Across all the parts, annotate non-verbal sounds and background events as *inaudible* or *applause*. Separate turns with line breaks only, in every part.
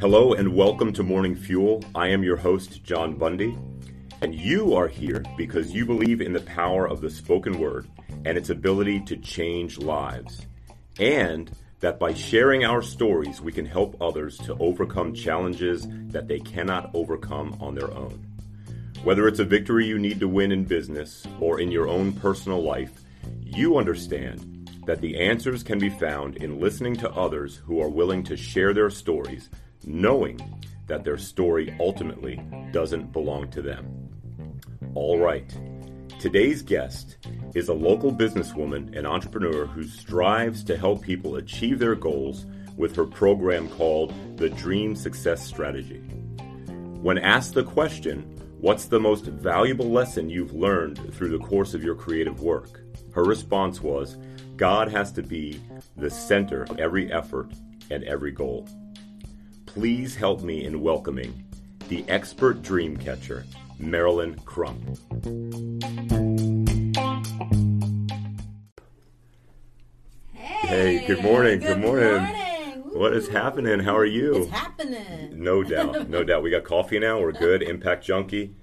Hello and welcome to Morning Fuel. I am your host, John Bundy, and you are here because you believe in the power of the spoken word and its ability to change lives. And that by sharing our stories, we can help others to overcome challenges that they cannot overcome on their own. Whether it's a victory you need to win in business or in your own personal life, you understand that the answers can be found in listening to others who are willing to share their stories knowing that their story ultimately doesn't belong to them. All right, today's guest is a local businesswoman and entrepreneur who strives to help people achieve their goals with her program called the Dream Success Strategy. When asked the question, What's the most valuable lesson you've learned through the course of your creative work? Her response was, God has to be the center of every effort and every goal please help me in welcoming the expert dream catcher, Marilyn Crump.
Hey,
good morning, good morning.
morning.
What is
Woo.
happening? How are you?
It's happening.
No
*laughs*
doubt, no doubt. We got coffee now. We're good. Impact Junkie.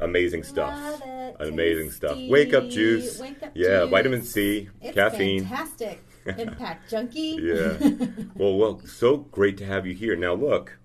Amazing stuff.
Love it.
Amazing stuff.
Tasty.
Wake up juice.
Wake up
yeah,
juice.
vitamin C,
It's
caffeine. *laughs*
fantastic. Impact junkie.
Yeah.
*laughs*
Well, well, so great to have you here. Now, look,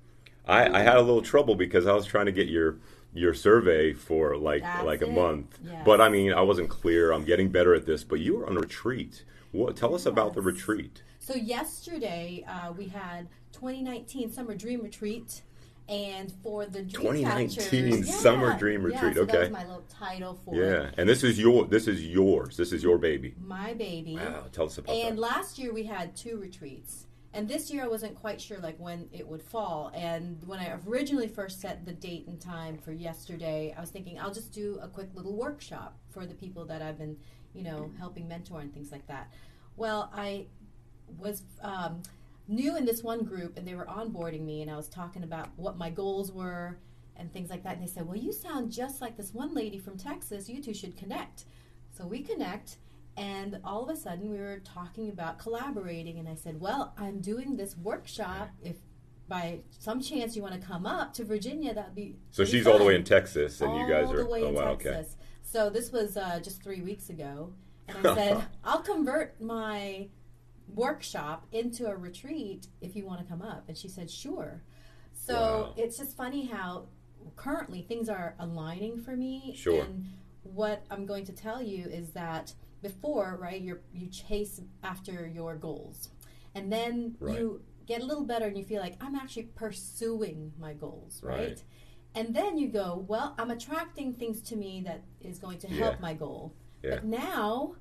I, I had a little trouble because I was trying to get your your survey for like
That's
like a
it.
month,
Yes.
but I mean, I wasn't clear. I'm getting better at this. But you were on a retreat. What? Tell us about the
Yes.
retreat.
so yesterday uh, we had 2019 summer dream retreat, and for the dream
2019
catchers-
summer
Yeah,
dream
yeah,
retreat,
so that
okay.
was my little title for it.
Yeah, and this is your this is yours. This is your baby.
my baby.
Wow, tell us about
And
that.
last year we had two retreats. And this year I wasn't quite sure like when it would fall. And when I originally first set the date and time for yesterday, I was thinking I'll just do a quick little workshop for the people that I've been, you know, helping mentor and things like that. Well, I was um, new in this one group and they were onboarding me and I was talking about what my goals were and things like that. And they said, Well, you sound just like this one lady from Texas. You two should connect. So we connect. And all of a sudden, we were talking about collaborating. And I said, Well, I'm doing this workshop. If by some chance you want to come up to Virginia, that would be.
So
be
she's all the way
fun."
in Texas, and you guys
all
are
the way
oh
in
wow, okay.
Texas. So this was uh, just three weeks ago, and
*laughs*
I said, "I'll convert my workshop into a retreat if you want to come up." And she said, "Sure." So
Wow.
it's just funny how currently things are aligning for me.
Sure.
And what I'm going to tell you is that before, right, you you chase after your goals, and then
Right.
you get a little better and you feel like I'm actually pursuing my goals, right?
Right.
And then you go, well, I'm attracting things to me that is going to help
Yeah.
my goal.
Yeah.
But now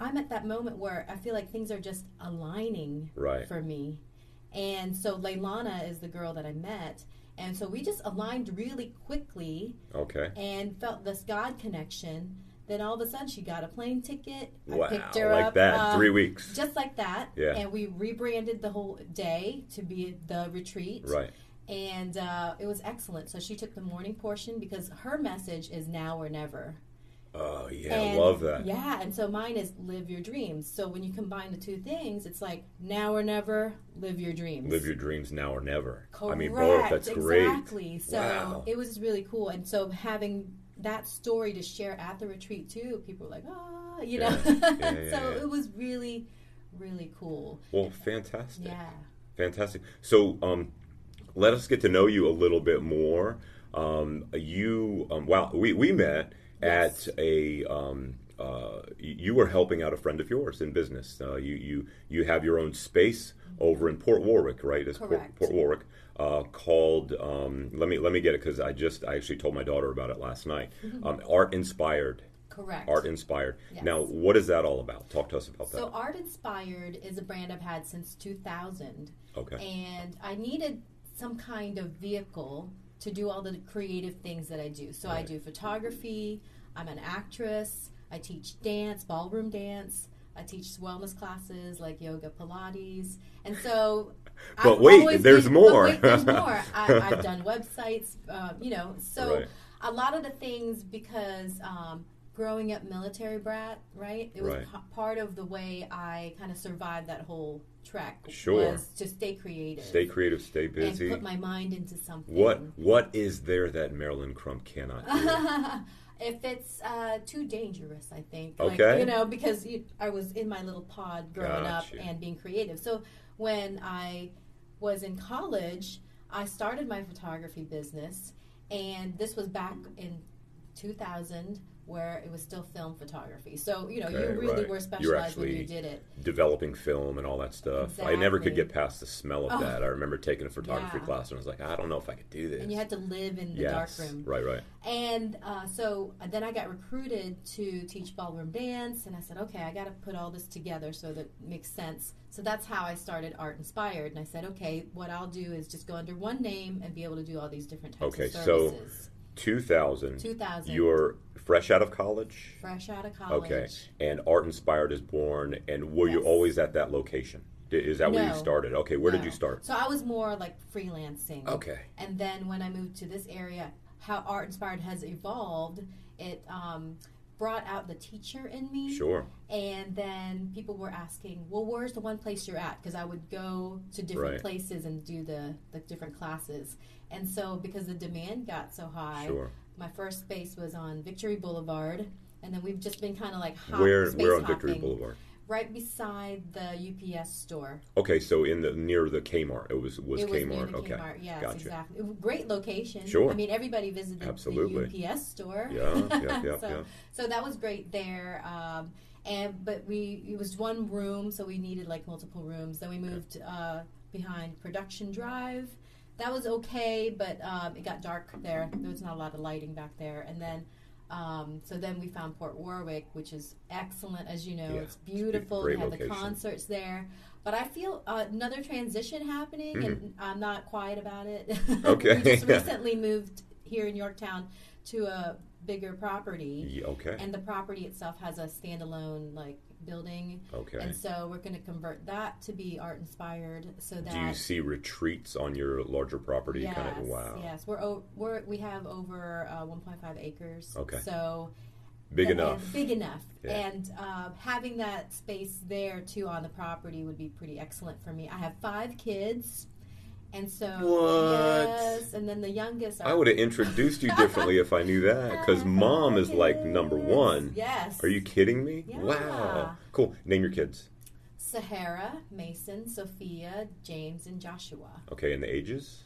I'm at that moment where I feel like things are just aligning
Right.
for me. And so Leilana is the girl that I met. And so we just aligned really quickly
Okay.
and felt this God connection. Then all of a sudden she got a plane ticket.
Wow,
I picked her
like
up.
that.
uh,
Three weeks.
just like that.
Yeah.
And we rebranded the whole day to be the retreat.
Right.
And uh, it was excellent. So she took the morning portion because her message is now or never.
Oh yeah,
And-
love that.
Yeah. And so mine is live your dreams. So when you combine the two things, it's like now or never, live your dreams.
Live your dreams now or never.
Correct.
I mean, both. That's great.
Exactly. So
Wow.
it was really cool. And so having that story to share at the retreat too, people were like, ah, you know.
Yeah. Yeah, yeah,
*laughs* so
yeah.
it was really, really cool.
Well, fantastic.
Yeah.
Fantastic. So, um, let us get to know you a little bit more. Um, you, um, wow, we, we met
Yes.
at a, um, uh, y- you were helping out a friend of yours in business. Uh, you, you, you have your own space over in Port Warwick, right? It's Port,
Correct.
Port Warwick. Uh, called um, let me let me get it because I just I actually told my daughter about it last night. Um, art inspired,
Correct.
art inspired.
Mm-hmm. Yes.
Now, what is that all about? Talk to us about
So Art Inspired is a brand I've had since 2000.
that. Okay.
And I needed some kind of vehicle to do all the creative things that I do. So I
Right.
do photography, I'm an actress, I teach dance, ballroom dance, I teach wellness classes like yoga, Pilates. And so
*laughs* But wait,
always
there's
been-
more.
But wait,
*laughs*
there's more. I, I've done websites, um, you know. So
Right.
a lot of the things because um, growing up military brat, right? It was
Right.
pa- part of the way I kind of survived that whole trek.
Sure.
Was to stay creative.
Stay creative, stay
and
busy.
put my mind into something.
What what is there that Marilyn Crump cannot do?
*laughs* if it's uh, too dangerous, I think.
Okay.
Like, you know, because you, I was in my little pod growing
Gotcha.
up and being creative. So when I was in college, I started my photography business, and this was back in 2000 where it was still film photography. So, you know,
Okay,
you really
right.
were
You're
specialized when
actually-
you did it.
Developing film and all that stuff. I never could
Exactly.
get past the smell of
Oh.
that. I remember taking a photography
Yeah.
class and I was like, I don't know if I could do this.
And you had to live in the
yes.
dark room.
Right, right.
And uh, so then I got recruited to teach ballroom dance, and I said, okay, I got to put all this together so that it makes sense. So that's how I started Art Inspired, and I said, okay, what I'll do is just go under one name and be able to do all these different types
Okay,
of
so
services.
2000,
2000.
You're fresh out of college?
fresh out of college.
Okay. And Art Inspired is born and were you
Yes.
always at that location? D- Is that where you
No.
started? Okay, where did
No.
you start?
So I was more like freelancing.
Okay.
And then when I moved to this area, how Art Inspired has evolved, it um, brought out the teacher in me.
Sure.
And then people were asking, well, where's the one place you're at? Because I would go to different
Right.
places and do the, the different classes. And so, because the demand got so high,
Sure.
my first space was on Victory Boulevard. And then we've just been kind of like hop,
Where
space
where on Victory
hopping,
Boulevard?
Right beside the UPS store.
Okay, so in the near the Kmart. It was was
it was near
Kmart.
the
okay.
Kmart. Yes,
Gotcha.
exactly. It was a Great location.
Sure.
I mean, everybody visited
Absolutely.
the UPS store.
Yeah, yeah,
*laughs*
yeah,
so,
yeah.
so that was great there. Um, and but we it was one room, so we needed like multiple rooms. Then we moved uh, behind Production Drive. That was okay, but um, it got dark there. There was not a lot of lighting back there. And then, um, so then we found Port Warwick, which is excellent, as you know.
Yeah,
It's beautiful.
great
we have
location.
the concerts there. But I feel uh, another transition happening, and I'm not quiet about it.
Mm-hmm.
*laughs*
Okay. *laughs*
we just recently moved here in Yorktown to a bigger property,
Yeah, okay.
and the property itself has a standalone like building,
Okay.
and so we're going to convert that to be art inspired, so that.
Do you see retreats on your larger property?
Yes,
kind of wow,
yes, we're, o- we're we have over uh, 1.5 acres.
Okay.
so
big
and-
enough.
Big enough.
Yeah.
And uh, having that space there too on the property would be pretty excellent for me. I have five kids. And so,
What?
yes, and then the youngest. Are,
I would have introduced you differently if I knew that,
*laughs*
because mom is like number one.
Yes.
Are you kidding me?
Yeah.
Wow, cool. Name your kids.
Sahara, Mason, Sophia, James, and Joshua.
Okay, and the ages.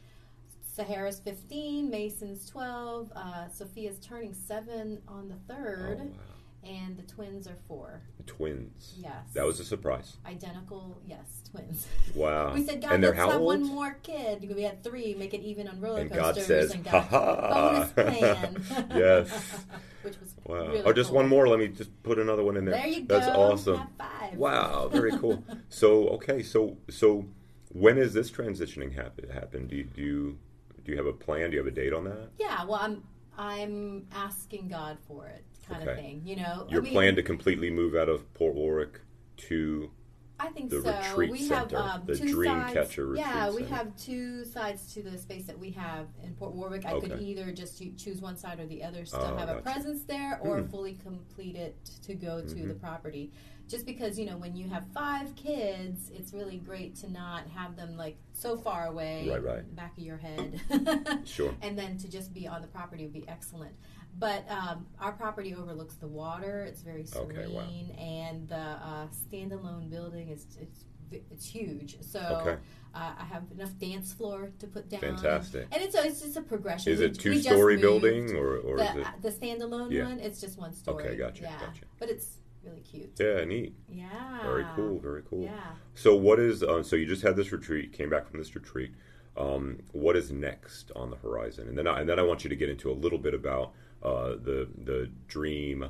Sahara's 15, Mason's 12, uh, Sophia's turning 7 on the 3rd,
Oh, wow.
and the twins are 4.
Twins.
Yes.
That was a surprise.
Identical, yes, twins.
Wow.
We said, God,
and they're
let's
how
have
old?
one more kid. We had three, make it even on roller
and God
coasters.
says,
and
"Ha
God,
ha."
bonus plan.
*laughs*
*laughs*
yes.
Which was
Wow.
really
oh, just
cool.
one more. Let me just put another one in there.
There you go.
That's awesome.
High five. *laughs*
Wow, very cool. so okay, so so when is this transitioning happen? Happen? Do you, do you do you have a plan? Do you have a date on that?
yeah, well, I'm I'm asking God for it, kind of
Okay.
thing. You know,
Your
I mean,
plan to completely move out of Port Warwick to
I think
the
so.
retreat
we
center,
have um,
the
two
Dreamcatcher
sides.
retreat
Yeah, we
center.
have two sides to the space that we have in Port Warwick. I could
Okay.
either just cho- choose one side or the other, still
Oh,
have
gotcha.
a presence there, or
Hmm.
fully complete it to go to
Mhm.
the property. Just because you know, when you have five kids, it's really great to not have them like so far away,
Right, right.
back of your head.
*laughs* sure.
and then to just be on the property would be excellent. But um, our property overlooks the water. It's very serene,
Okay, wow.
and the uh, standalone building is it's v- it's huge. So
Okay.
uh, I have enough dance floor to put down.
Fantastic.
And it's so it's just a progression.
Is
We-
it
we just
two-story
moved.
building or or
The,
is it?
uh, the standalone
Yeah.
one, it's just one story.
gotcha,
Yeah,
gotcha.
but it's really cute.
Yeah, neat.
Yeah,
Very cool. Very cool.
Yeah.
So what is? Uh, so you just had this retreat. Came back from this retreat. Um, what is next on the horizon? And then I, and then I want you to get into a little bit about uh, the the dream,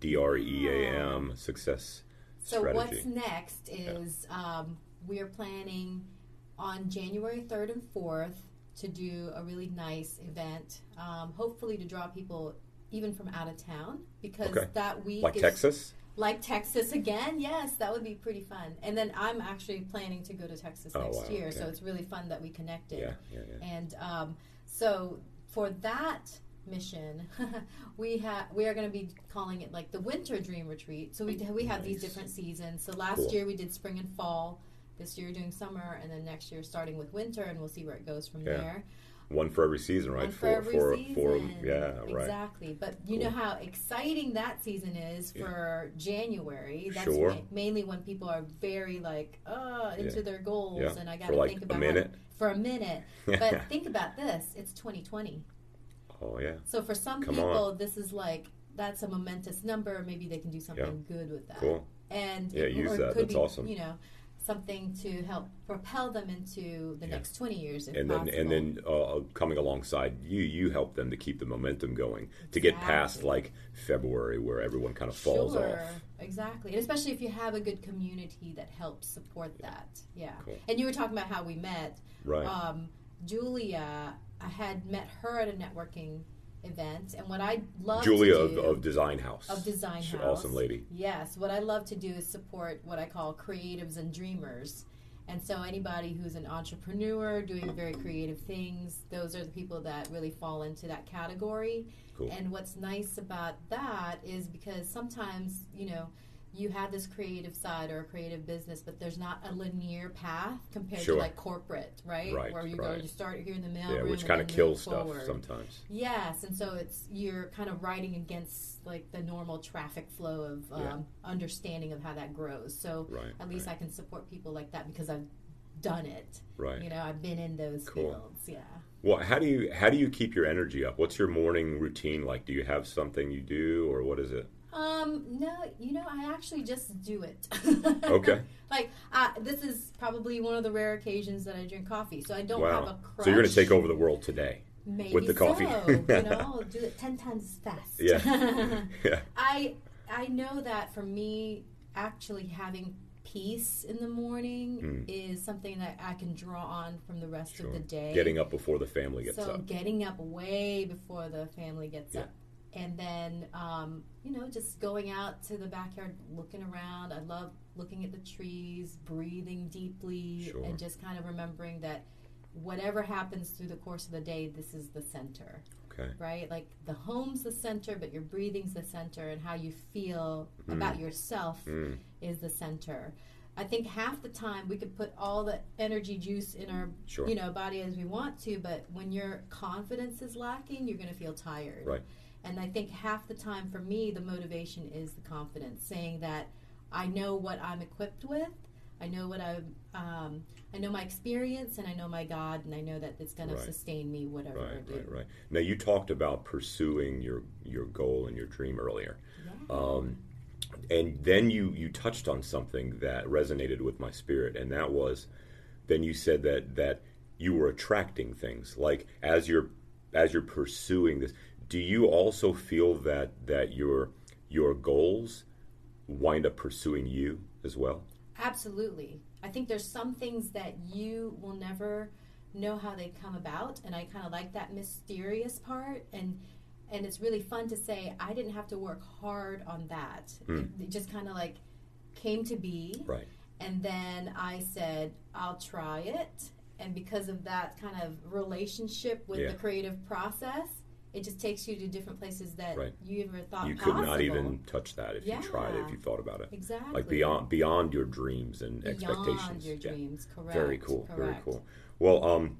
D R E A M success
Ah. So
strategy.
what's next is um, we are planning on January third and fourth to do a really nice event, um, hopefully to draw people even from out of town because
Okay.
that week
like
is
Texas?
like Texas again. Yes, that would be pretty fun. And then I'm actually planning to go to Texas
Oh,
next
wow,
year, so
okay.
it's really fun that we connected.
Yeah, yeah, yeah.
And um, so um, for that mission, *laughs* we have we are going to be calling it like the Winter Dream Retreat. So we d- we have
Nice.
these different seasons. So last
Cool.
year we did spring and fall. This year we're doing summer, and then next year starting with winter, and we'll see where it goes from
Yeah.
there.
One for every season, right?
One for every season.
yeah, right.
Exactly. But you know
Cool.
how exciting that season is
Yeah.
for January. That's
Sure.
ma- mainly when people are very like uh, into
Yeah.
their goals,
Yeah.
and I got
For
to
like
think
a
about
minute.
How, for a minute.
*laughs*
But think about this: it's 2020.
oh yeah,
So for some
Come
people,
on.
this is like that's a momentous number. Maybe they can do something good with that.
cool.
And
Yeah,
it-
use
or it
that.
could
That's
be,
awesome.
You know, something to help propel them into the
Yeah.
next 20 years, if
And then,
possible.
and then uh, coming alongside you, you help them to keep the momentum going to get past
Exactly.
like February where everyone kind of falls
sure,
off.
Exactly. And especially if you have a good community that helps support that. Yeah.
Cool.
And you were talking about how we met.
Right.
Um, Julia, I had met her at a networking event. And what I love
Julia
to
of,
do,
of Design House.
of Design
She's an
House.
Awesome lady.
Yes, what I love to do is support what I call creatives and dreamers. And so anybody who's an entrepreneur doing very creative things, those are the people that really fall into that category.
Cool.
And what's nice about that is because sometimes, you know, you have this creative side or a creative business, but there's not a linear path compared
Sure.
to like corporate, right?
Right,
Where you
right.
go, you start here in the mail
Yeah,
room
which
and
kind
then
of
move
kills stuff
forward.
sometimes.
Yes, and so it's you're kind of riding against like the normal traffic flow of um,
Yeah.
understanding of how that grows. So
Right.
at least I can support people like that because I've done it.
right. right.
You know, I've been in those
Cool.
fields. Yeah.
Well, how do you how do you keep your energy up? What's your morning routine like? Do you have something you do, or what is it?
Um, no, you know, I actually just do it. *laughs*
Okay.
like uh, this is probably one of the rare occasions that I drink coffee, so I don't
Wow.
have a crush.
So you're going to take over the world today. *laughs*
Maybe
with the coffee.
So, you
*laughs*
know, I'll do it ten times as fast.
Yeah.
*laughs*
yeah.
I I know that for me, actually having peace in the morning
Mm.
is something that I can draw on from the rest
Sure.
of the day.
Getting up before the family gets
so
up.
getting up way before the family gets
Yeah.
up, and then um, you know just going out to the backyard, looking around. I love looking at the trees, breathing deeply,
Sure.
and just kind of remembering that. Whatever happens through the course of the day, this is the center
Okay.
right? Like the home's the center, but your breathing's the center, and how you feel
Mm.
about yourself
Mm.
is the center. I think half the time we could put all the energy juice in our
Sure.
you know body as we want to, but when your confidence is lacking, you're going to feel tired.
Right.
And I think half the time for me, the motivation is the confidence, saying that I know what I'm equipped with, I know what I'm, um, I know my experience, and I know my God, and I know that it's going
Right.
to sustain me, whatever
Right,
I do.
right, right. Now you talked about pursuing your your goal and your dream earlier,
Yeah.
um, and then you you touched on something that resonated with my spirit, and that was, then you said that that you were attracting things like as you're as you're pursuing this. Do you also feel that that your your goals wind up pursuing you as well?
Absolutely. I think there's some things that you will never know how they come about and I kind of like that mysterious part and and it's really fun to say I didn't have to work hard on that.
Hmm.
It, it just kind of like came to be
Right.
and then I said I'll try it and because of that kind of relationship with
Yeah.
the creative process it just takes you to different places that
Right.
you never thought
you could
Uh, possible.
not even touch that if
Yeah.
you tried it, if you thought about it.
exactly
Like beyond beyond your dreams and
Beyond
expectations.
your
Yeah.
dreams correct
Very cool. Very
correct.
cool. Well, um,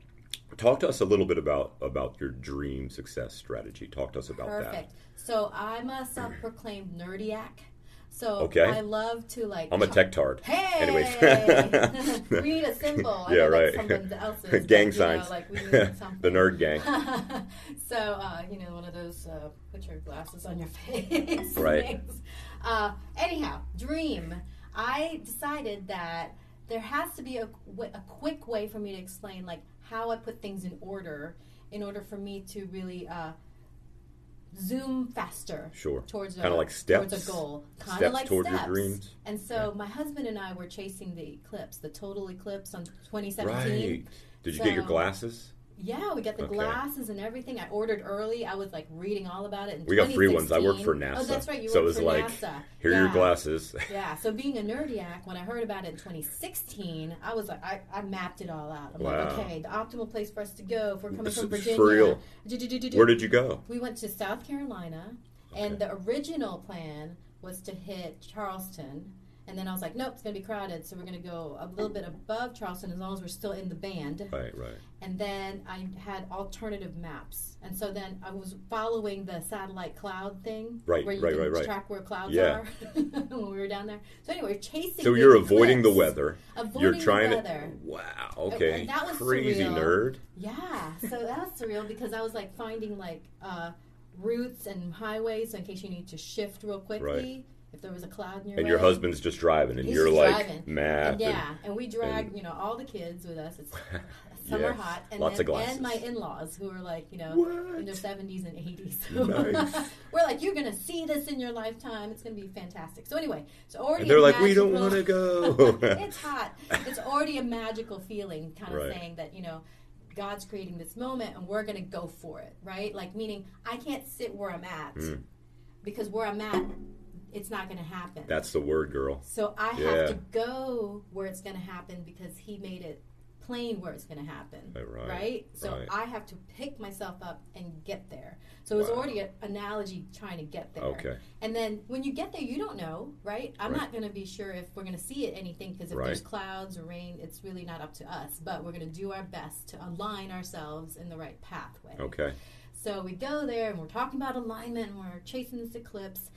talk to us a little bit about about your dream success strategy. Talk to us about
Perfect. So I'm a self-proclaimed nerdiac. So
Okay.
I love to like.
that. I'm a
talk-
tech tard.
Hey. *laughs*
*laughs* Anyways.
we need a symbol. I
Yeah,
know that's
right.
someone else's,
*laughs*
but,
Gang
you know,
signs. *laughs*
like
*laughs*
we
The
need something.
nerd gang.
*laughs* so uh, you know, one of those uh, put your glasses on your *laughs* face.
Right.
things. Uh, anyhow, dream. I decided that there has to be a, w- a quick way for me to explain like how I put things in order in order for me to really uh, zoom faster
Sure.
towards a,
Kinda like steps.
towards a goal, kind of
Steps
like
toward your
steps.
dreams.
And so my husband and I were chasing the eclipse, the total eclipse on 2017.
Right. Did you get your
So-
glasses?
Yeah, we got the
Okay.
glasses and everything. I ordered early. I was like reading all about it. In
We got free ones. I work for
2016.
NASA.
Oh, that's right. You
so it
work
was
for
like,
NASA.
here are your
Yeah.
glasses. *laughs*
Yeah. So being a nerdiac, when I heard about it in 2016, I was like, I, I mapped it all out. I'm like,
Wow.
okay, the optimal place for us to go if we're coming
This
from
is
Virginia.
for real.
Du-du-du-du-du.
Where did you go?
We went to South Carolina, and the original plan was to hit Charleston. And then I was like, nope, it's going to be crowded. So we're going to go a little bit above Charleston as long as we're still in the band.
Right, right.
And then I had alternative maps. And so then I was following the satellite cloud thing.
Right,
Where you
right,
can
right, right.
track where clouds
Yeah.
are *laughs* when we were down there. So anyway, we're chasing.
So
these
you're avoiding the
cliffs.
weather.
Avoiding
you're trying
the weather. Oh,
to. Wow. Okay.
and that was
Crazy
surreal.
nerd.
Yeah, so that's surreal because I was like finding like uh, routes and highways so in case you need to shift real quickly if there was a cloud in your
And your
way.
husband's just driving, and
He's
you're
just
like
driving.
math.
And
and-
yeah, and we dragged you know all the kids with
*laughs*
us. It's summer
Yes,
hot, and
lots
then,
of glasses.
and my in-laws who are like you know in their
What?
seventies and eighties. *laughs*
Nice.
we're like, you're gonna see this in your lifetime. It's gonna be fantastic. So anyway, so already
And they're
a
like, we don't want to
magical-
go.
*laughs*
*laughs*
it's hot. It's already a magical feeling, kind of
Right.
saying that you know. God's creating this moment and we're going to go for it, right? Like, meaning I can't sit where I'm at
Mm.
because where I'm at, it's not going to happen.
That's the word, girl.
So I
Yeah.
have to go where it's going to happen because he made it plain where it's going to happen.
Right, Oh, right,
So
right.
I have to pick myself up and get there. So it's
Wow.
already an analogy trying to get there.
Okay.
And then when you get there, you don't know, right? I'm
Right.
not going to be sure if we're going to see it anything because if
Right.
there's clouds or rain, it's really not up to us. But we're going to do our best to align ourselves in the right pathway.
Okay.
So we go there and we're talking about alignment and we're chasing this eclipse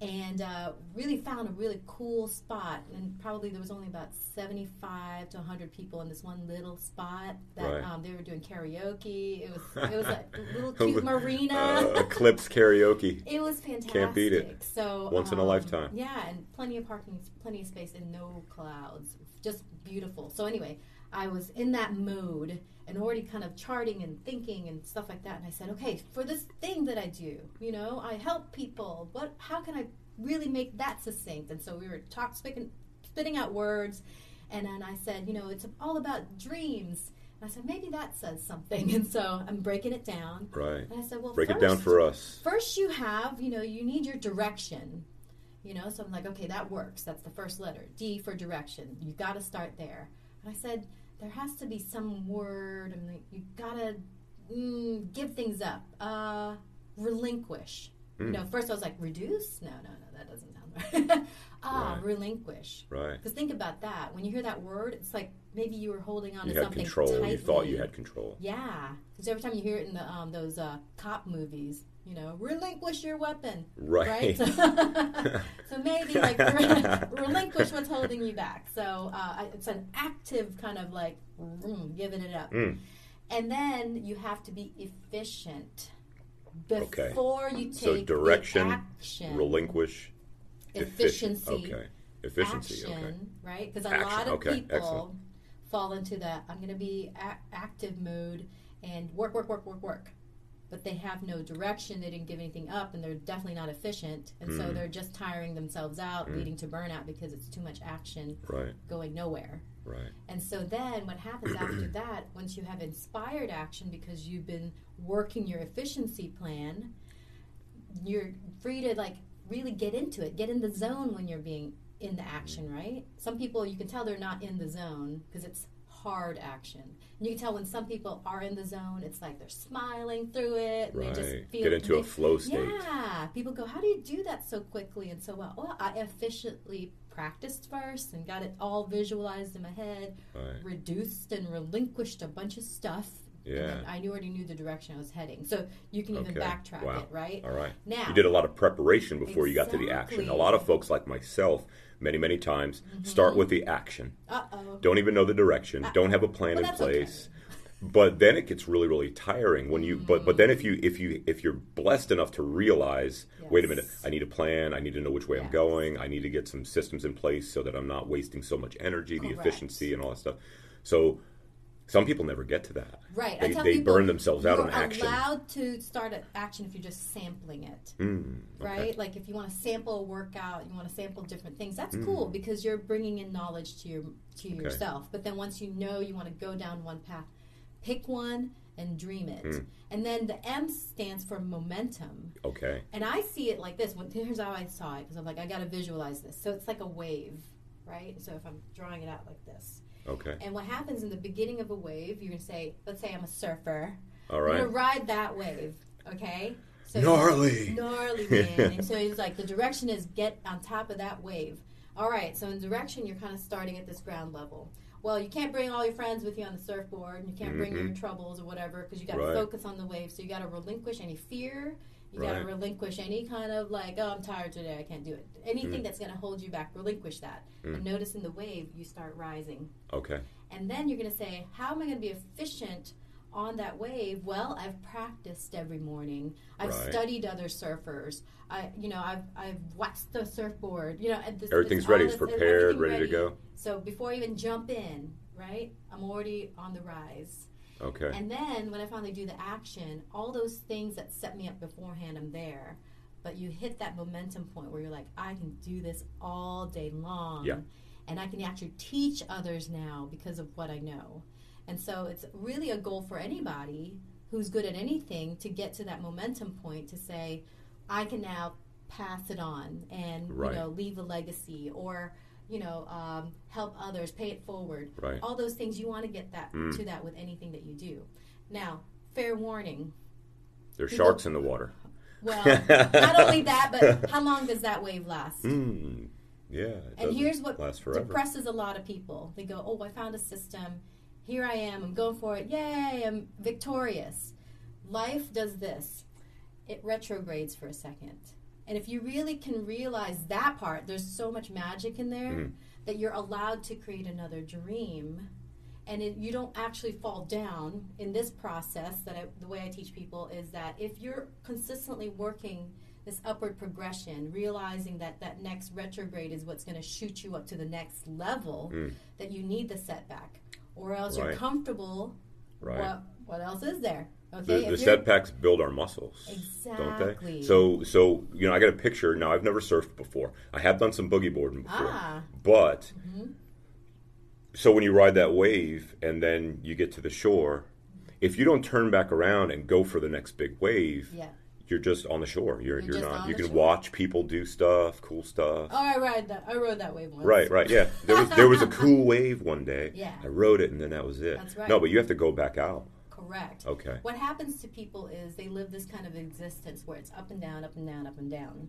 and uh, really found a really cool spot. And probably there was only about 75 to 100 people in this one little spot that
Right.
um, they were doing karaoke. It was, it
*laughs*
was like a little cute marina.
Uh, eclipse karaoke.
It was fantastic.
Can't beat it.
So
Once in a
um,
lifetime.
Yeah, and plenty of parking, plenty of space, and no clouds. Just beautiful. So anyway, I was in that mode and already kind of charting and thinking and stuff like that. And I said, okay, for this thing that I do, you know, I help people. What? How can I really make that succinct? And so we were talk spitting, spitting out words, and then I said, you know, it's all about dreams. And I said, maybe that says something. *laughs* And so I'm breaking it down.
Right.
And I said, well,
Break it down
first-
for us.
first you have you know you need your direction you know so i'm like okay that works that's the first letter d for direction you got to start there and i said there has to be some word i'm like you gotta mm, give things up uh relinquish you
Mm.
know first i was like reduce no no no that doesn't sound right *laughs* ah
Right.
relinquish
Right.
because think about that when you hear that word it's like maybe you were holding on
You
to
had
something
control. You thought you
tightly.
had
*laughs*
control.
Yeah, because every time you hear it in the um, those uh, cop movies, you know, relinquish your weapon,
Right.
So, *laughs* so
*laughs*
maybe like re- relinquish what's holding you back. So uh, I- it's an active kind of like mm, giving it up,
Mm.
and then you have to be efficient
Okay.
before you take
So
the
direction,
action,
Relinquish. efficient-
efficiency,
Okay. Efficiency.
action,
Okay.
right? Because a
Action,
lot of
okay,
people
excellent.
fall into that. I'm going to be a- active mode and work, work, work, work, work. But they have no direction. They didn't give anything up, and they're definitely not efficient. And so
Mm.
they're just tiring themselves out,
Mm.
leading to burnout because it's too much action
Right.
going nowhere.
Right.
And so then what happens
*clears throat*
after that, once you have inspired action because you've been working your efficiency plan, you're free to like really get into it, get in the zone when you're being in the action,
Mm-hmm.
right? Some people you can tell they're not in the zone because it's hard action. And you can tell when some people are in the zone, it's like they're smiling through it. And
Right.
They just feel
Get into
they-
a flow state.
yeah, people go, how do you do that so quickly and so well? Well, I efficiently practiced first and got it all visualized in my head,
Right.
reduced and relinquished a bunch of stuff. And
Yeah.
then I knew already knew the direction I was heading. So you can even
Okay.
backtrack
Wow.
it, right?
All right.
Now,
You did a lot of preparation before you got to the action.
Exactly. Mm-hmm.
A lot of folks, like myself, many, many times, start with the action,
uh-oh.
don't even know the direction, don't have a plan
Uh, Well,
in
that's
place. But then it gets really, really tiring when you. But but then if you if you if you're blessed enough to realize, wait a minute,
Yes.
I need a plan. I need to know which way I'm
Yes.
going. I need to get some systems in place so that I'm not wasting so much energy, the
Correct.
efficiency, and all that stuff. So some people never get to that.
Right. I
They,
tell
they
people
burn themselves out
you're
on action.
allowed to start an action if you're just sampling it.
Mm, okay.
right? Like if you want to sample a workout, you want to sample different things. That's cool because you're bringing in knowledge to your to yourself. But then once you know you want to go down one path, pick one and dream it. And then the M stands for momentum.
Okay.
And I see it like this. When, *laughs* here's how I saw it because I'm like, I got to visualize this. So it's like a wave, right? So if I'm drawing it out like this.
Okay.
And what happens in the beginning of a wave, you're going to say, let's say I'm a surfer.
All
I'm
right.
going to ride that wave, okay? So
Gnarly.
Gnarly, man. and so it's like the direction is get on top of that wave. All right, so in direction, you're kind of starting at this ground level. Well, you can't bring all your friends with you on the surfboard, and you can't bring your troubles or whatever because you got to
Mm-hmm. Right.
focus on the wave. So you got to relinquish any fear. You got to
Right.
relinquish any kind of like, oh, I'm tired today, I can't do it. Anything
Mm.
that's going to hold you back, relinquish that. And notice in the wave, you start rising.
Okay.
And then you're going to say, How am I going to be efficient on that wave? Well, I've practiced every morning. I've
Right.
studied other surfers. I, you know, I've, I've watched the surfboard. You know, and this,
Everything's
it's
ready.
all
It's
this-
prepared,
everything
ready to go.
So before I even jump in, right, I'm already on the rise.
Okay.
And then when I finally do the action, all those things that set me up beforehand, I'm there. But you hit that momentum point where you're like, I can do this all day long.
Yeah.
And I can actually teach others now because of what I know. And so it's really a goal for anybody who's good at anything to get to that momentum point to say, I can now pass it on and
Right.
you know leave a legacy or you know um, help others, pay it forward
Right.
all those things you want to get that
Mm.
to that with anything that you do now fair warning
*laughs* There's
people-
sharks in the water.
well *laughs* not only that but how long does that wave last
Mm. Yeah. It
and
doesn't
here's what
last forever.
depresses a lot of people they go oh i found a system here i am i'm going for it yay i'm victorious life does this it retrogrades for a second and if you really can realize that part there's so much magic in there
Mm.
that you're allowed to create another dream and it, you don't actually fall down in this process that I, the way i teach people is that if you're consistently working this upward progression realizing that that next retrograde is what's going to shoot you up to the next level
Mm.
that you need the setback or else you're
Right.
comfortable
Right.
what, what else is there okay
The, the
If you're-
setbacks build our muscles, don't they?
Exactly.
So, so you know, I got a picture. Now, I've never surfed before. I have done some boogie boarding before,
Ah. Mm-hmm.
but so when you ride that wave and then you get to the shore, if you don't turn back around and go for the next big wave,
yeah
you're just on the shore. You're
You're
you're,
just
not.
on
You
the
can
shore.
watch people do stuff, cool stuff.
oh i ride that i rode that wave once
Right, right, yeah. There was there was a
*laughs*
cool wave one day.
Yeah.
I rode it, and then that was it.
That's right.
No, but you have to go back out.
Correct.
Okay.
What happens to people is they live this kind of existence where it's up and down, up and down, up and down.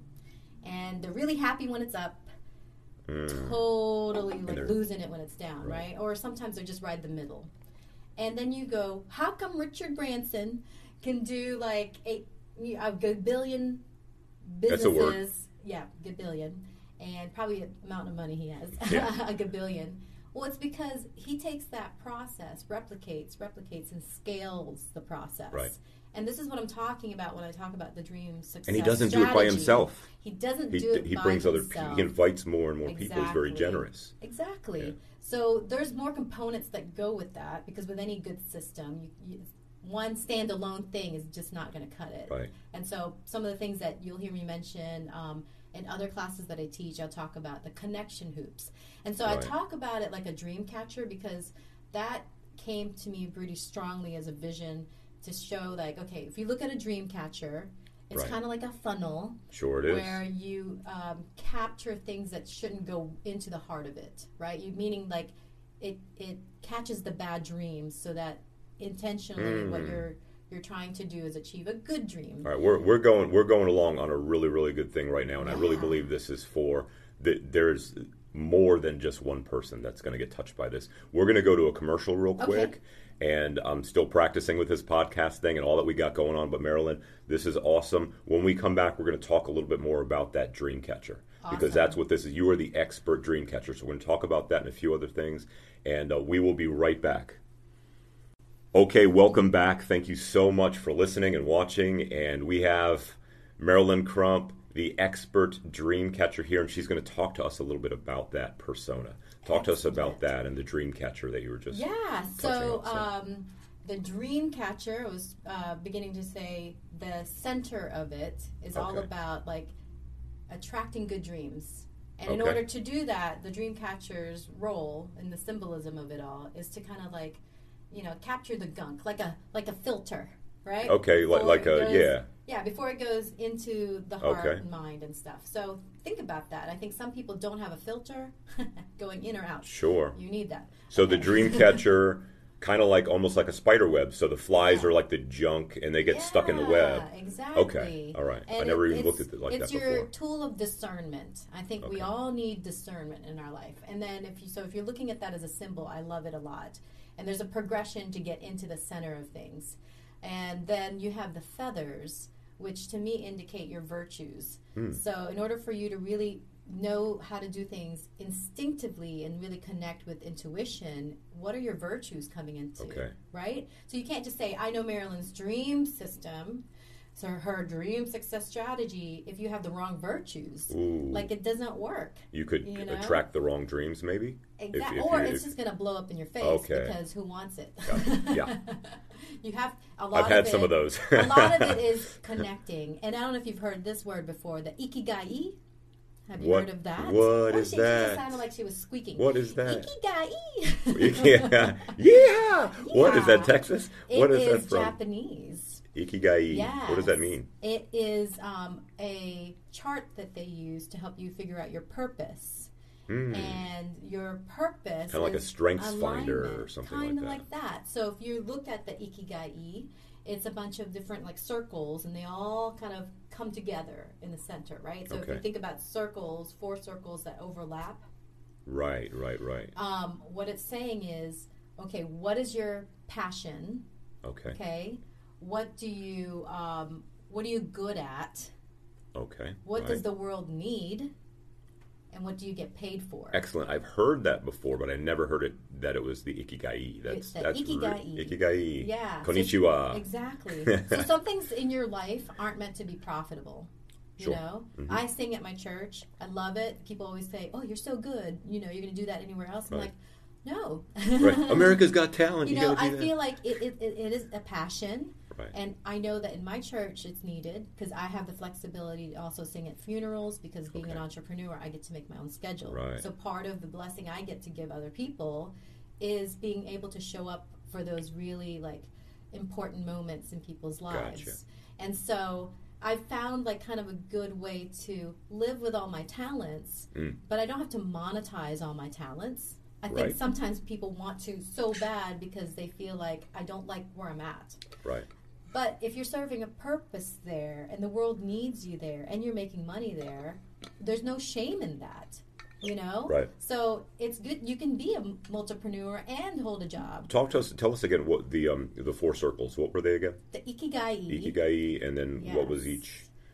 And they're really happy when it's up,
Mm.
totally like
they're-
losing it when it's down,
Right.
right. Or sometimes they just ride the middle. And then you go, how come Richard Branson can do like eight, you- a good billion
That's a
businesses?
word.
Yeah, good billion. And probably the amount of money he has,
Yeah.
*laughs* a good billion. Well, it's because he takes that process, replicates, replicates, and scales the process.
Right.
And this is what I'm talking about when I talk about the dream success.
And he doesn't do it by
strategy.
himself.
He doesn't
He
do it.
he
by
brings other
himself.
people. He invites more and more people. He's very
Exactly.
generous.
Exactly.
Yeah.
So there's more components that go with that because with any good system, you, you, one standalone thing is just not going to cut it.
Right.
And so some of the things that you'll hear me mention um, in other classes that I teach, I'll talk about the connection hoops. And so I
Right.
talk about it like a dream catcher because that came to me pretty strongly as a vision to show like, okay, if you look at a dream catcher, it's
Right.
kind of like a funnel
Sure, it is.
where you um, capture things that shouldn't go into the heart of it, right? You meaning like it it catches the bad dreams so that intentionally what
Mm.
you're you're trying to do is achieve a good dream.
All right, we're we're going we're going along on a really really good thing right now, and I really
Yeah.
believe this is for that. There's more than just one person that's going to get touched by this. We're going to go to a commercial real
Okay.
quick, and I'm still practicing with this podcast thing and all that we got going on. But Marilyn, this is awesome. When we come back, we're going to talk a little bit more about that dream catcher because
Awesome.
that's what this is. You are the expert dream catcher, so we're going to talk about that and a few other things, and uh, we will be right back. Okay, welcome back. Thank you so much for listening and watching. And we have Marilyn Crump, the expert dream catcher here, and she's going to talk to us a little bit about that persona. Talk to us about
Excellent.
that and the dream catcher that you were just.
Yeah. So
Touching on
um, the dream catcher I was uh, beginning to say the center of it is all
Okay.
about like attracting good dreams. And in
Okay.
order to do that, the dream catcher's role and the symbolism of it all is to kind of like you know, capture the gunk like a like a filter, right?
Okay, like,
Before
like
it
a
goes-
yeah.
Yeah, before it goes into the heart
Okay.
and mind and stuff. So think about that. I think some people don't have a filter *laughs* going in or out.
Sure.
You need that.
So
*laughs*
the dream catcher, kind of like almost like a spider web. So the flies
Yeah.
are like the junk, and they get stuck in the web.
Yeah, Exactly.
Okay, all right. I never even looked at it like
it's
that
It's your
before.
tool of discernment. I think we
Okay.
all need discernment in our life. And then if you so if you're looking at that as a symbol, I love it a lot. And there's a progression to get into the center of things. And then you have the feathers, which to me indicate your virtues.
Hmm.
So in order for you to really know how to do things instinctively and really connect with intuition, what are your virtues coming into?
Okay.
right? So you can't just say, I know Marilyn's dream system, so her dream success strategy, if you have the wrong virtues.
Ooh,
Like it doesn't work.
you could
you know?
attract the wrong dreams, maybe.
Exactly.
if
Or
you-
it's
if-
just going to blow up in your face
Okay.
because who wants it?
Gotcha. Yeah.
*laughs* you have a lot
I've had
of
some
it-
of those.
a
*laughs*
lot of it is connecting. And I don't know if you've heard this word before, the ikigai. Have you
What-
heard of that?
what
oh,
is
she
that?
Just sounded like she was squeaking.
What is that?
Ikigai.
*laughs* yeah, yeah. What is
Yeah.
that, Texas? What
*laughs* It
is that from?
Japanese.
Ikigai. What does that
Yes.
mean?
It is um, a chart that they use to help you figure out your purpose.
Hmm.
And your purpose
Kind of like a
is
strengths finder or
alignment,
something
kinda
like that.
like that. So if you look at the ikigai, it's a bunch of different like circles, and they all kind of come together in the center, right? So if you
Okay.
think about circles, four circles that overlap,
Right, right, right.
um, what it's saying is, okay, what is your passion?
Okay,
Okay, what do you um, what are you good at?
okay.
What
right.
does the world need? And what do you get paid for?
Excellent. I've heard that before, but I never heard it that it was the ikigai. That's
the
that's re-
ikigai.
ikigai.
Yeah. so-
Konnichiwa. *laughs*
exactly. so some things in your life aren't meant to be profitable. You
Sure. Mm-hmm.
know, I sing at my church. I love it. People always say, "Oh, you're so good. You know, you're going to do that anywhere else." I'm
Right.
like, "No." *laughs*
Right. America's Got Talent.
you
You,
know,
gotta
I
do that.
feel like it, it, it, it is a passion.
Right.
And I know that in my church it's needed because I have the flexibility to also sing at funerals because being an
Okay.
entrepreneur, I get to make my own schedule.
Right.
So part of the blessing I get to give other people is being able to show up for those really like important moments in people's lives.
Gotcha.
And so I found like kind of a good way to live with all my talents,
Mm.
but I don't have to monetize all my talents. I think
Right.
sometimes people want to so bad because they feel like I don't like where I'm at.
Right.
But if you're serving a purpose there and the world needs you there and you're making money there, there's no shame in that, you know?
Right.
So it's good. You can be a multipreneur and hold a job.
Talk to us. Tell us again what the um the four circles. What were they again?
The ikigai.
Ikigai, and then what was
Yes.
each?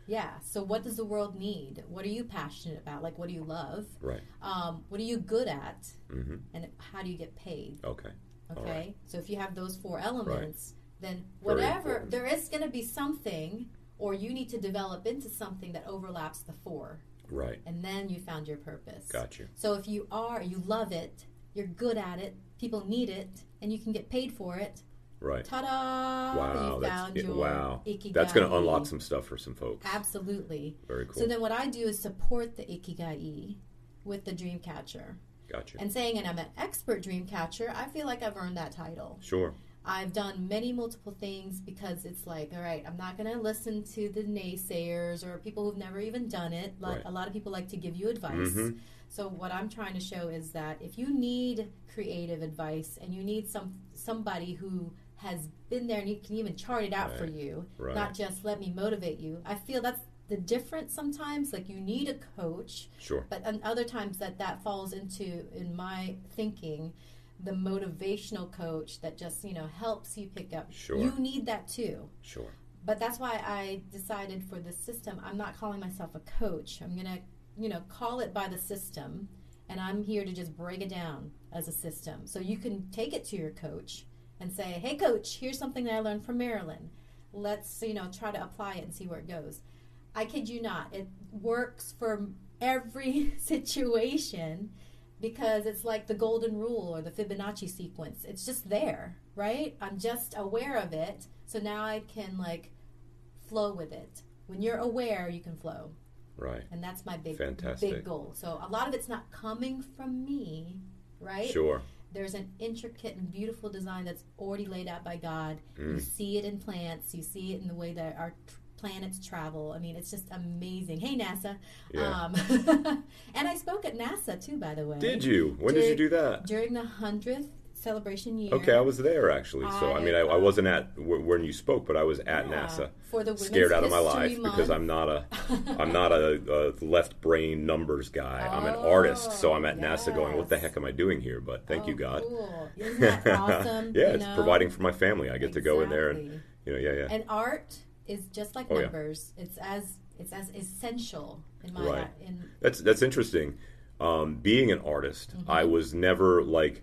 Yeah. So what does the world need? What are you passionate about? Like, what do you love?
Right.
Um, what are you good at?
Mm-hmm.
And how do you get paid?
Okay. All
Okay.
right.
So if you have those four elements, then whatever
important.
there is going to be something, or you need to develop into something that overlaps the four,
Right.
and then you found your purpose.
Got you.
So if you are, you love it, you're good at it, people need it, and you can get paid for it.
Right.
Ta-da!
Wow.
Oh, you
That's
found
it,
your
wow.
Ikigai.
That's going to unlock some stuff for some folks.
Absolutely.
Very cool.
So then, what I do is support the ikigai with the dream catcher,
Gotcha.
and saying, and I'm an expert dream catcher. I feel like I've earned that title.
Sure.
I've done many multiple things because it's like, all right, I'm not going to listen to the naysayers or people who've never even done it. Like
Right.
a lot of people like to give you advice.
Mhm.
So what I'm trying to show is that if you need creative advice and you need some somebody who has been there and you can even chart it out for
Right.
you,
Right.
not just let me motivate you. I feel that's the difference sometimes like you need a coach
Sure.
but and other times that that falls into in my thinking the motivational coach that just you know helps you pick up
Sure.
you need that too
Sure.
but that's why i decided for this system i'm not calling myself a coach i'm gonna you know call it by the system and i'm here to just break it down as a system so you can take it to your coach and say hey coach here's something that i learned from maryland let's you know try to apply it and see where it goes I kid you not. It works for every *laughs* situation because it's like the golden rule or the Fibonacci sequence. It's just there, right? I'm just aware of it. So now I can like flow with it. When you're aware, you can flow.
Right.
And that's my big
Fantastic.
big goal. So a lot of it's not coming from me, right?
Sure.
there's an intricate and beautiful design that's already laid out by God.
Mm.
You see it in plants. You see it in the way that our t- planets travel. I mean, it's just amazing. Hey, NASA.
Yeah.
Um, *laughs* and I spoke at NASA too, by the way.
Did you? When did you
Did-
do that?
During the hundredth celebration year.
Okay, I was there actually. So I,
I-
mean, I, I wasn't at w- when you spoke, but I was at
Yeah,
NASA.
for the
Scared
Women's
out of my life
History
because
Month.
I'm not a I'm not a, a left brain numbers guy. I'm an
Oh,
artist, so I'm at NASA going, what the
yes.
heck am I doing here? But *laughs* thank you,
Oh,
God.
Cool.
*laughs*
Isn't that awesome?
yeah,
you
it's
know?
providing for my family. I get to go in there and
Exactly.
you know, yeah, yeah.
And art is just like
Oh, yeah.
numbers. It's as it's as essential in my
Right.
in
That's that's interesting. Um, being an artist,
Mm-hmm.
I was never like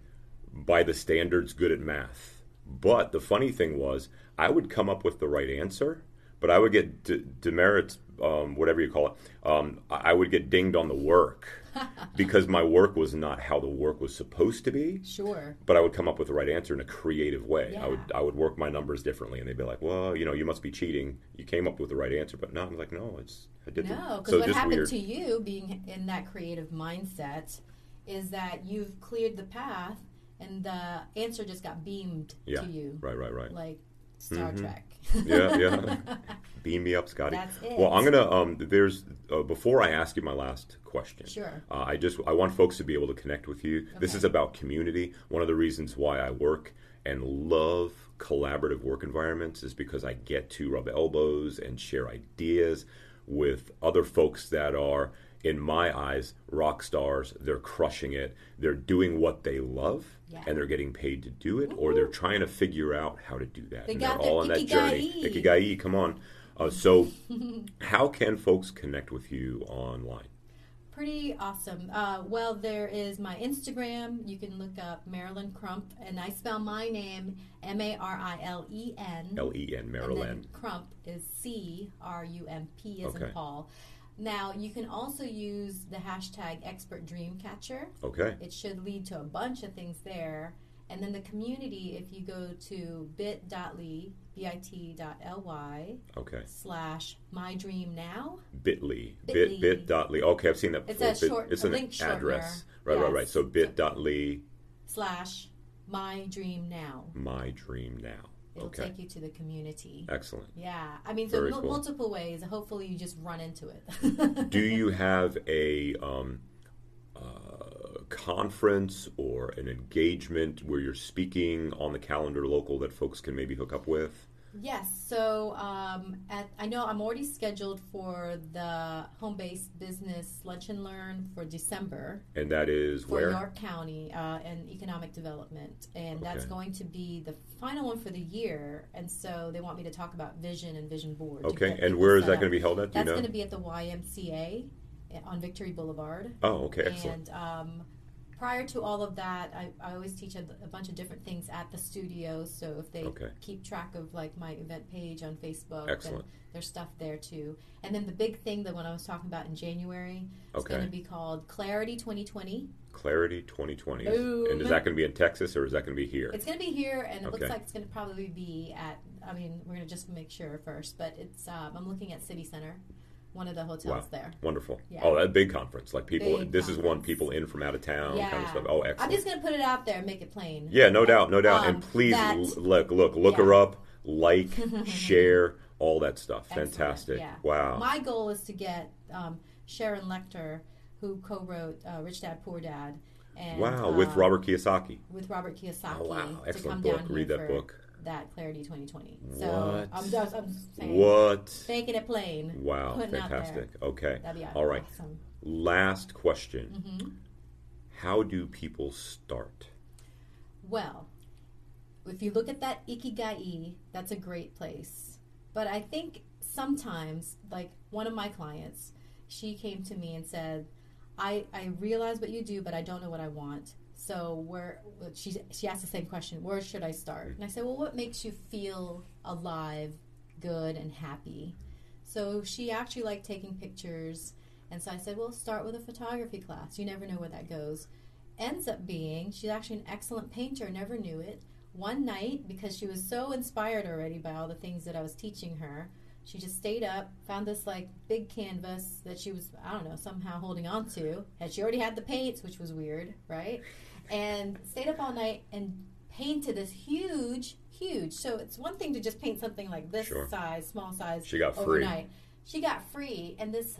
by the standards good at math. But the funny thing was, I would come up with the right answer, but I would get d- demerits, um, whatever you call it. Um, I-, I would get dinged on the work
*laughs*
because my work was not how the work was supposed to be.
sure.
But I would come up with the right answer in a creative way. I would
Yeah.
I would work my numbers differently, and they'd be like, "Well, you know, you must be cheating. You came up with the right answer, but no." I'm like, "No, it's I did." the-"
No, because
So
what
just
happened
weird.
to you being in that creative mindset is that you've cleared the path and the answer just got beamed
yeah.
to you,
Right, right, Mm-hmm. right.
like Star Trek. *laughs*
yeah, yeah. Beam me up, Scotty.
That's it.
Well, I'm gonna. Um, there's uh, before I ask you my last question.
Sure.
Uh, I just I want folks to be able to connect with you. This
Okay.
is about community. One of the reasons why I work and love collaborative work environments is because I get to rub elbows and share ideas with other folks that are in my eyes rock stars they're crushing it they're doing what they love
Yeah.
and they're getting paid to do it or they're trying to figure out how to do that
They
and
got
they're all on
their
that journey.
ikigai.
Ikigai, come on. Uh,
*laughs*
so, how can folks connect with you online?
Pretty awesome. Uh, well, there is my Instagram. You can look up Marilyn Crump, and I spell my name M A R I L E N.
L E N
And
Maryland.
then Crump is C R U M P as
Okay.
in Paul. Now you can also use the hashtag expert dreamcatcher.
Okay.
It should lead to a bunch of things there. And then the community, if you go to bit.ly, bit.ly
Okay.
slash my dream now.
Bitly. Bit
Bitly.
bit.ly. Okay, I've seen that
It's
before.
a short-
it's
a
an
link shortener.
address. Right, right, right.
Yes.
So bit.ly
slash my dream now.
my dream now.
It'll
Okay.
take you to the community.
Excellent.
Yeah. I mean, so
Very
mul-
cool.
multiple ways. Hopefully you just run into it. *laughs*
Do you have a um, uh, conference or an engagement where you're speaking on the calendar local that folks can maybe hook up with?
Yes. So um, at, I know I'm already scheduled for the home based business lunch and learn for December
And that is
for
where?
York County uh, and economic development. And that's
Okay.
going to be the final one for the year. And so they want me to talk about vision and vision board. to
Okay,
get
and
people
where is
set
that going
up.
to be held at? Do you
That's
know?
going to be at the YMCA eh, on Victory Boulevard.
oh, okay, excellent.
And um, prior to all of that, I, I always teach a, a bunch of different things at the studio. So if they
Okay.
keep track of like my event page on Facebook, then
Excellent.
there's stuff there too. And then the big thing that when I was talking about in January, it's
Okay.
going to be called Clarity 2020.
Clarity 2020. Is- And is
Boom.
that going to be in Texas or is that going to be here?
It's going to be here, and it
Okay.
looks like it's going to probably be at. I mean, we're going to just make sure first, but it's. Um, I'm looking at City Center, one of the hotels there.
Wonderful.
Yeah.
Oh, that big conference. Like people,
Big
this is one
conference.
people in from out of town kind of
Yeah.
stuff. Oh, excellent.
I'm just going to put it out there and make it plain.
Yeah, no doubt, no doubt.
Um,
and please
that-
l- look, look, look her
Yeah.
up,
*laughs*
like, share, all that stuff.
Excellent,
Fantastic.
yeah.
Wow.
My goal is to get um, Sharon Lecter, who co-wrote uh, Rich Dad Poor Dad, and
wow, with
uh,
Robert Kiyosaki.
with Robert Kiyosaki.
Oh, wow.
to come
Excellent
down
book.
here
Read that
for
book.
That Clarity 2020. So
What?
I'm just I'm just saying,
What?
making it plain.
Wow,
putting out there.
fantastic. Okay.
That'd be
All right.
awesome. Mm-hmm.
Last question. How do people start?
Well, if you look at that ikigai, that's a great place. But I think sometimes, like one of my clients, she came to me and said, "I I realize what you do, but I don't know what I want." So where she she asked the same question, "Where should I start?" And I said, "Well, what makes you feel alive, good, and happy?" So she actually liked taking pictures, and so I said, "Well, start with a photography class. You never know where that goes." ends up being she's actually an excellent painter never knew it one night because she was so inspired already by all the things that i was teaching her she just stayed up found this like big canvas that she was i don't know somehow holding on to and she already had the paints which was weird right and stayed up all night and painted this huge, huge. So it's one thing to just paint something like this
Sure.
size, small size.
She got free.
overnight. She got free, and this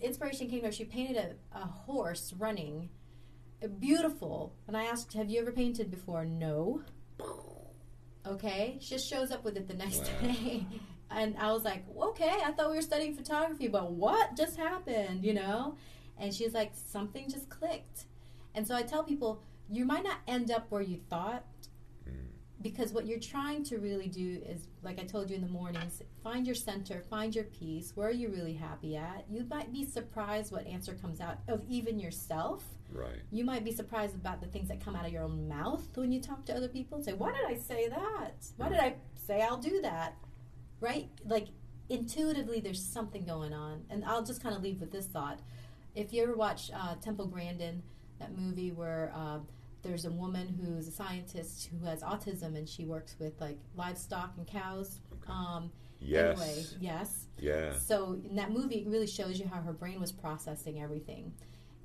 inspiration came to her. She painted a, a horse running, uh, beautiful. And I asked, "Have you ever painted before?" No. Okay, she just shows up with it the next
Wow.
day. *laughs* And I was like, okay, I thought we were studying photography, but what just happened, you know? And she's like, something just clicked. And so I tell people, you might not end up where you thought
Mm,
because what you're trying to really do is, like I told you in the mornings, find your center, find your peace. Where are you really happy at? You might be surprised what answer comes out of even yourself
Right.
you might be surprised about the things that come out of your own mouth when you talk to other people say why did i say that why did i say i'll do that right like intuitively there's something going on and i'll just kind of leave with this thought if you ever watch uh, temple grandin that movie where uh, there's a woman who's a scientist who has autism and she works with like livestock and cows
Okay.
um,
Yes.
anyway yes
Yeah.
so in that movie, it really shows you how her brain was processing everything.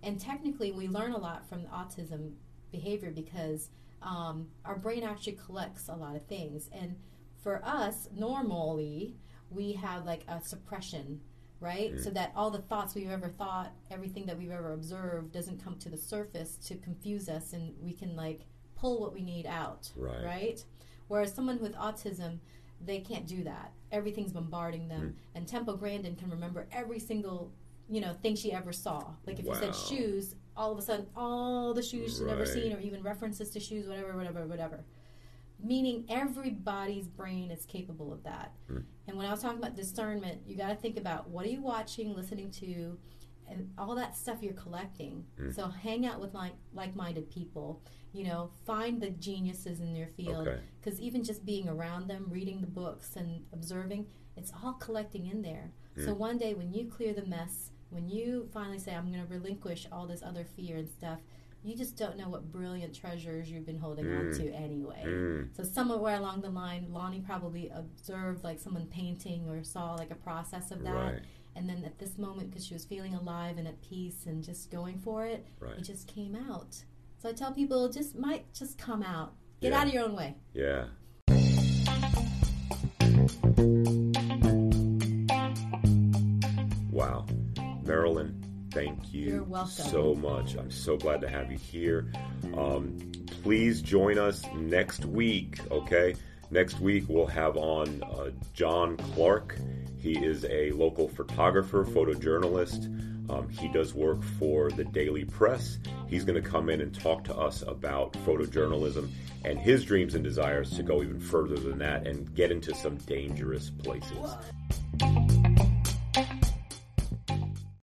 And technically, we learn a lot from the autism behavior because um, our brain actually collects a lot of things. And for us, normally, we have like a suppression, right? So that all the thoughts we've ever thought, everything that we've ever observed, doesn't come to the surface to confuse us, and we can like pull what we need out,
Right.
right? Whereas someone with autism, they can't do that. Everything's bombarding them.
Hmm.
And Temple Grandin can remember every single, you know, thing she ever saw. Like if you
Wow.
said shoes, all of a sudden all the shoes she's ever
Right.
seen or even references to shoes, whatever, whatever, whatever. Meaning everybody's brain is capable of that.
Hmm.
And when I was talking about discernment, you got to think about what are you watching, listening to, and all that stuff you're collecting.
Mm.
So hang out with like like-minded people. You know, find the geniuses in your field
Okay.
because even just being around them, reading the books and observing, it's all collecting in there.
Mm.
So one day when you clear the mess, when you finally say, "I'm going to relinquish all this other fear and stuff," you just don't know what brilliant treasures you've been holding on to anyway.
Mm.
So somewhere along the line, Lonnie probably observed like someone painting or saw like a process of that.
Right.
And then at this moment, because she was feeling alive and at peace and just going for it,
Right.
it just came out. So I tell people, just might just come out. Get
Yeah.
out of your own way.
Yeah. Wow. Marilyn, thank you
You're welcome.
so much. I'm so glad to have you here. Um, please join us next week, okay? Next week, we'll have on uh, John Clark. He is a local photographer, photojournalist. Um, he does work for the Daily Press. He's going to come in and talk to us about photojournalism and his dreams and desires to go even further than that and get into some dangerous places.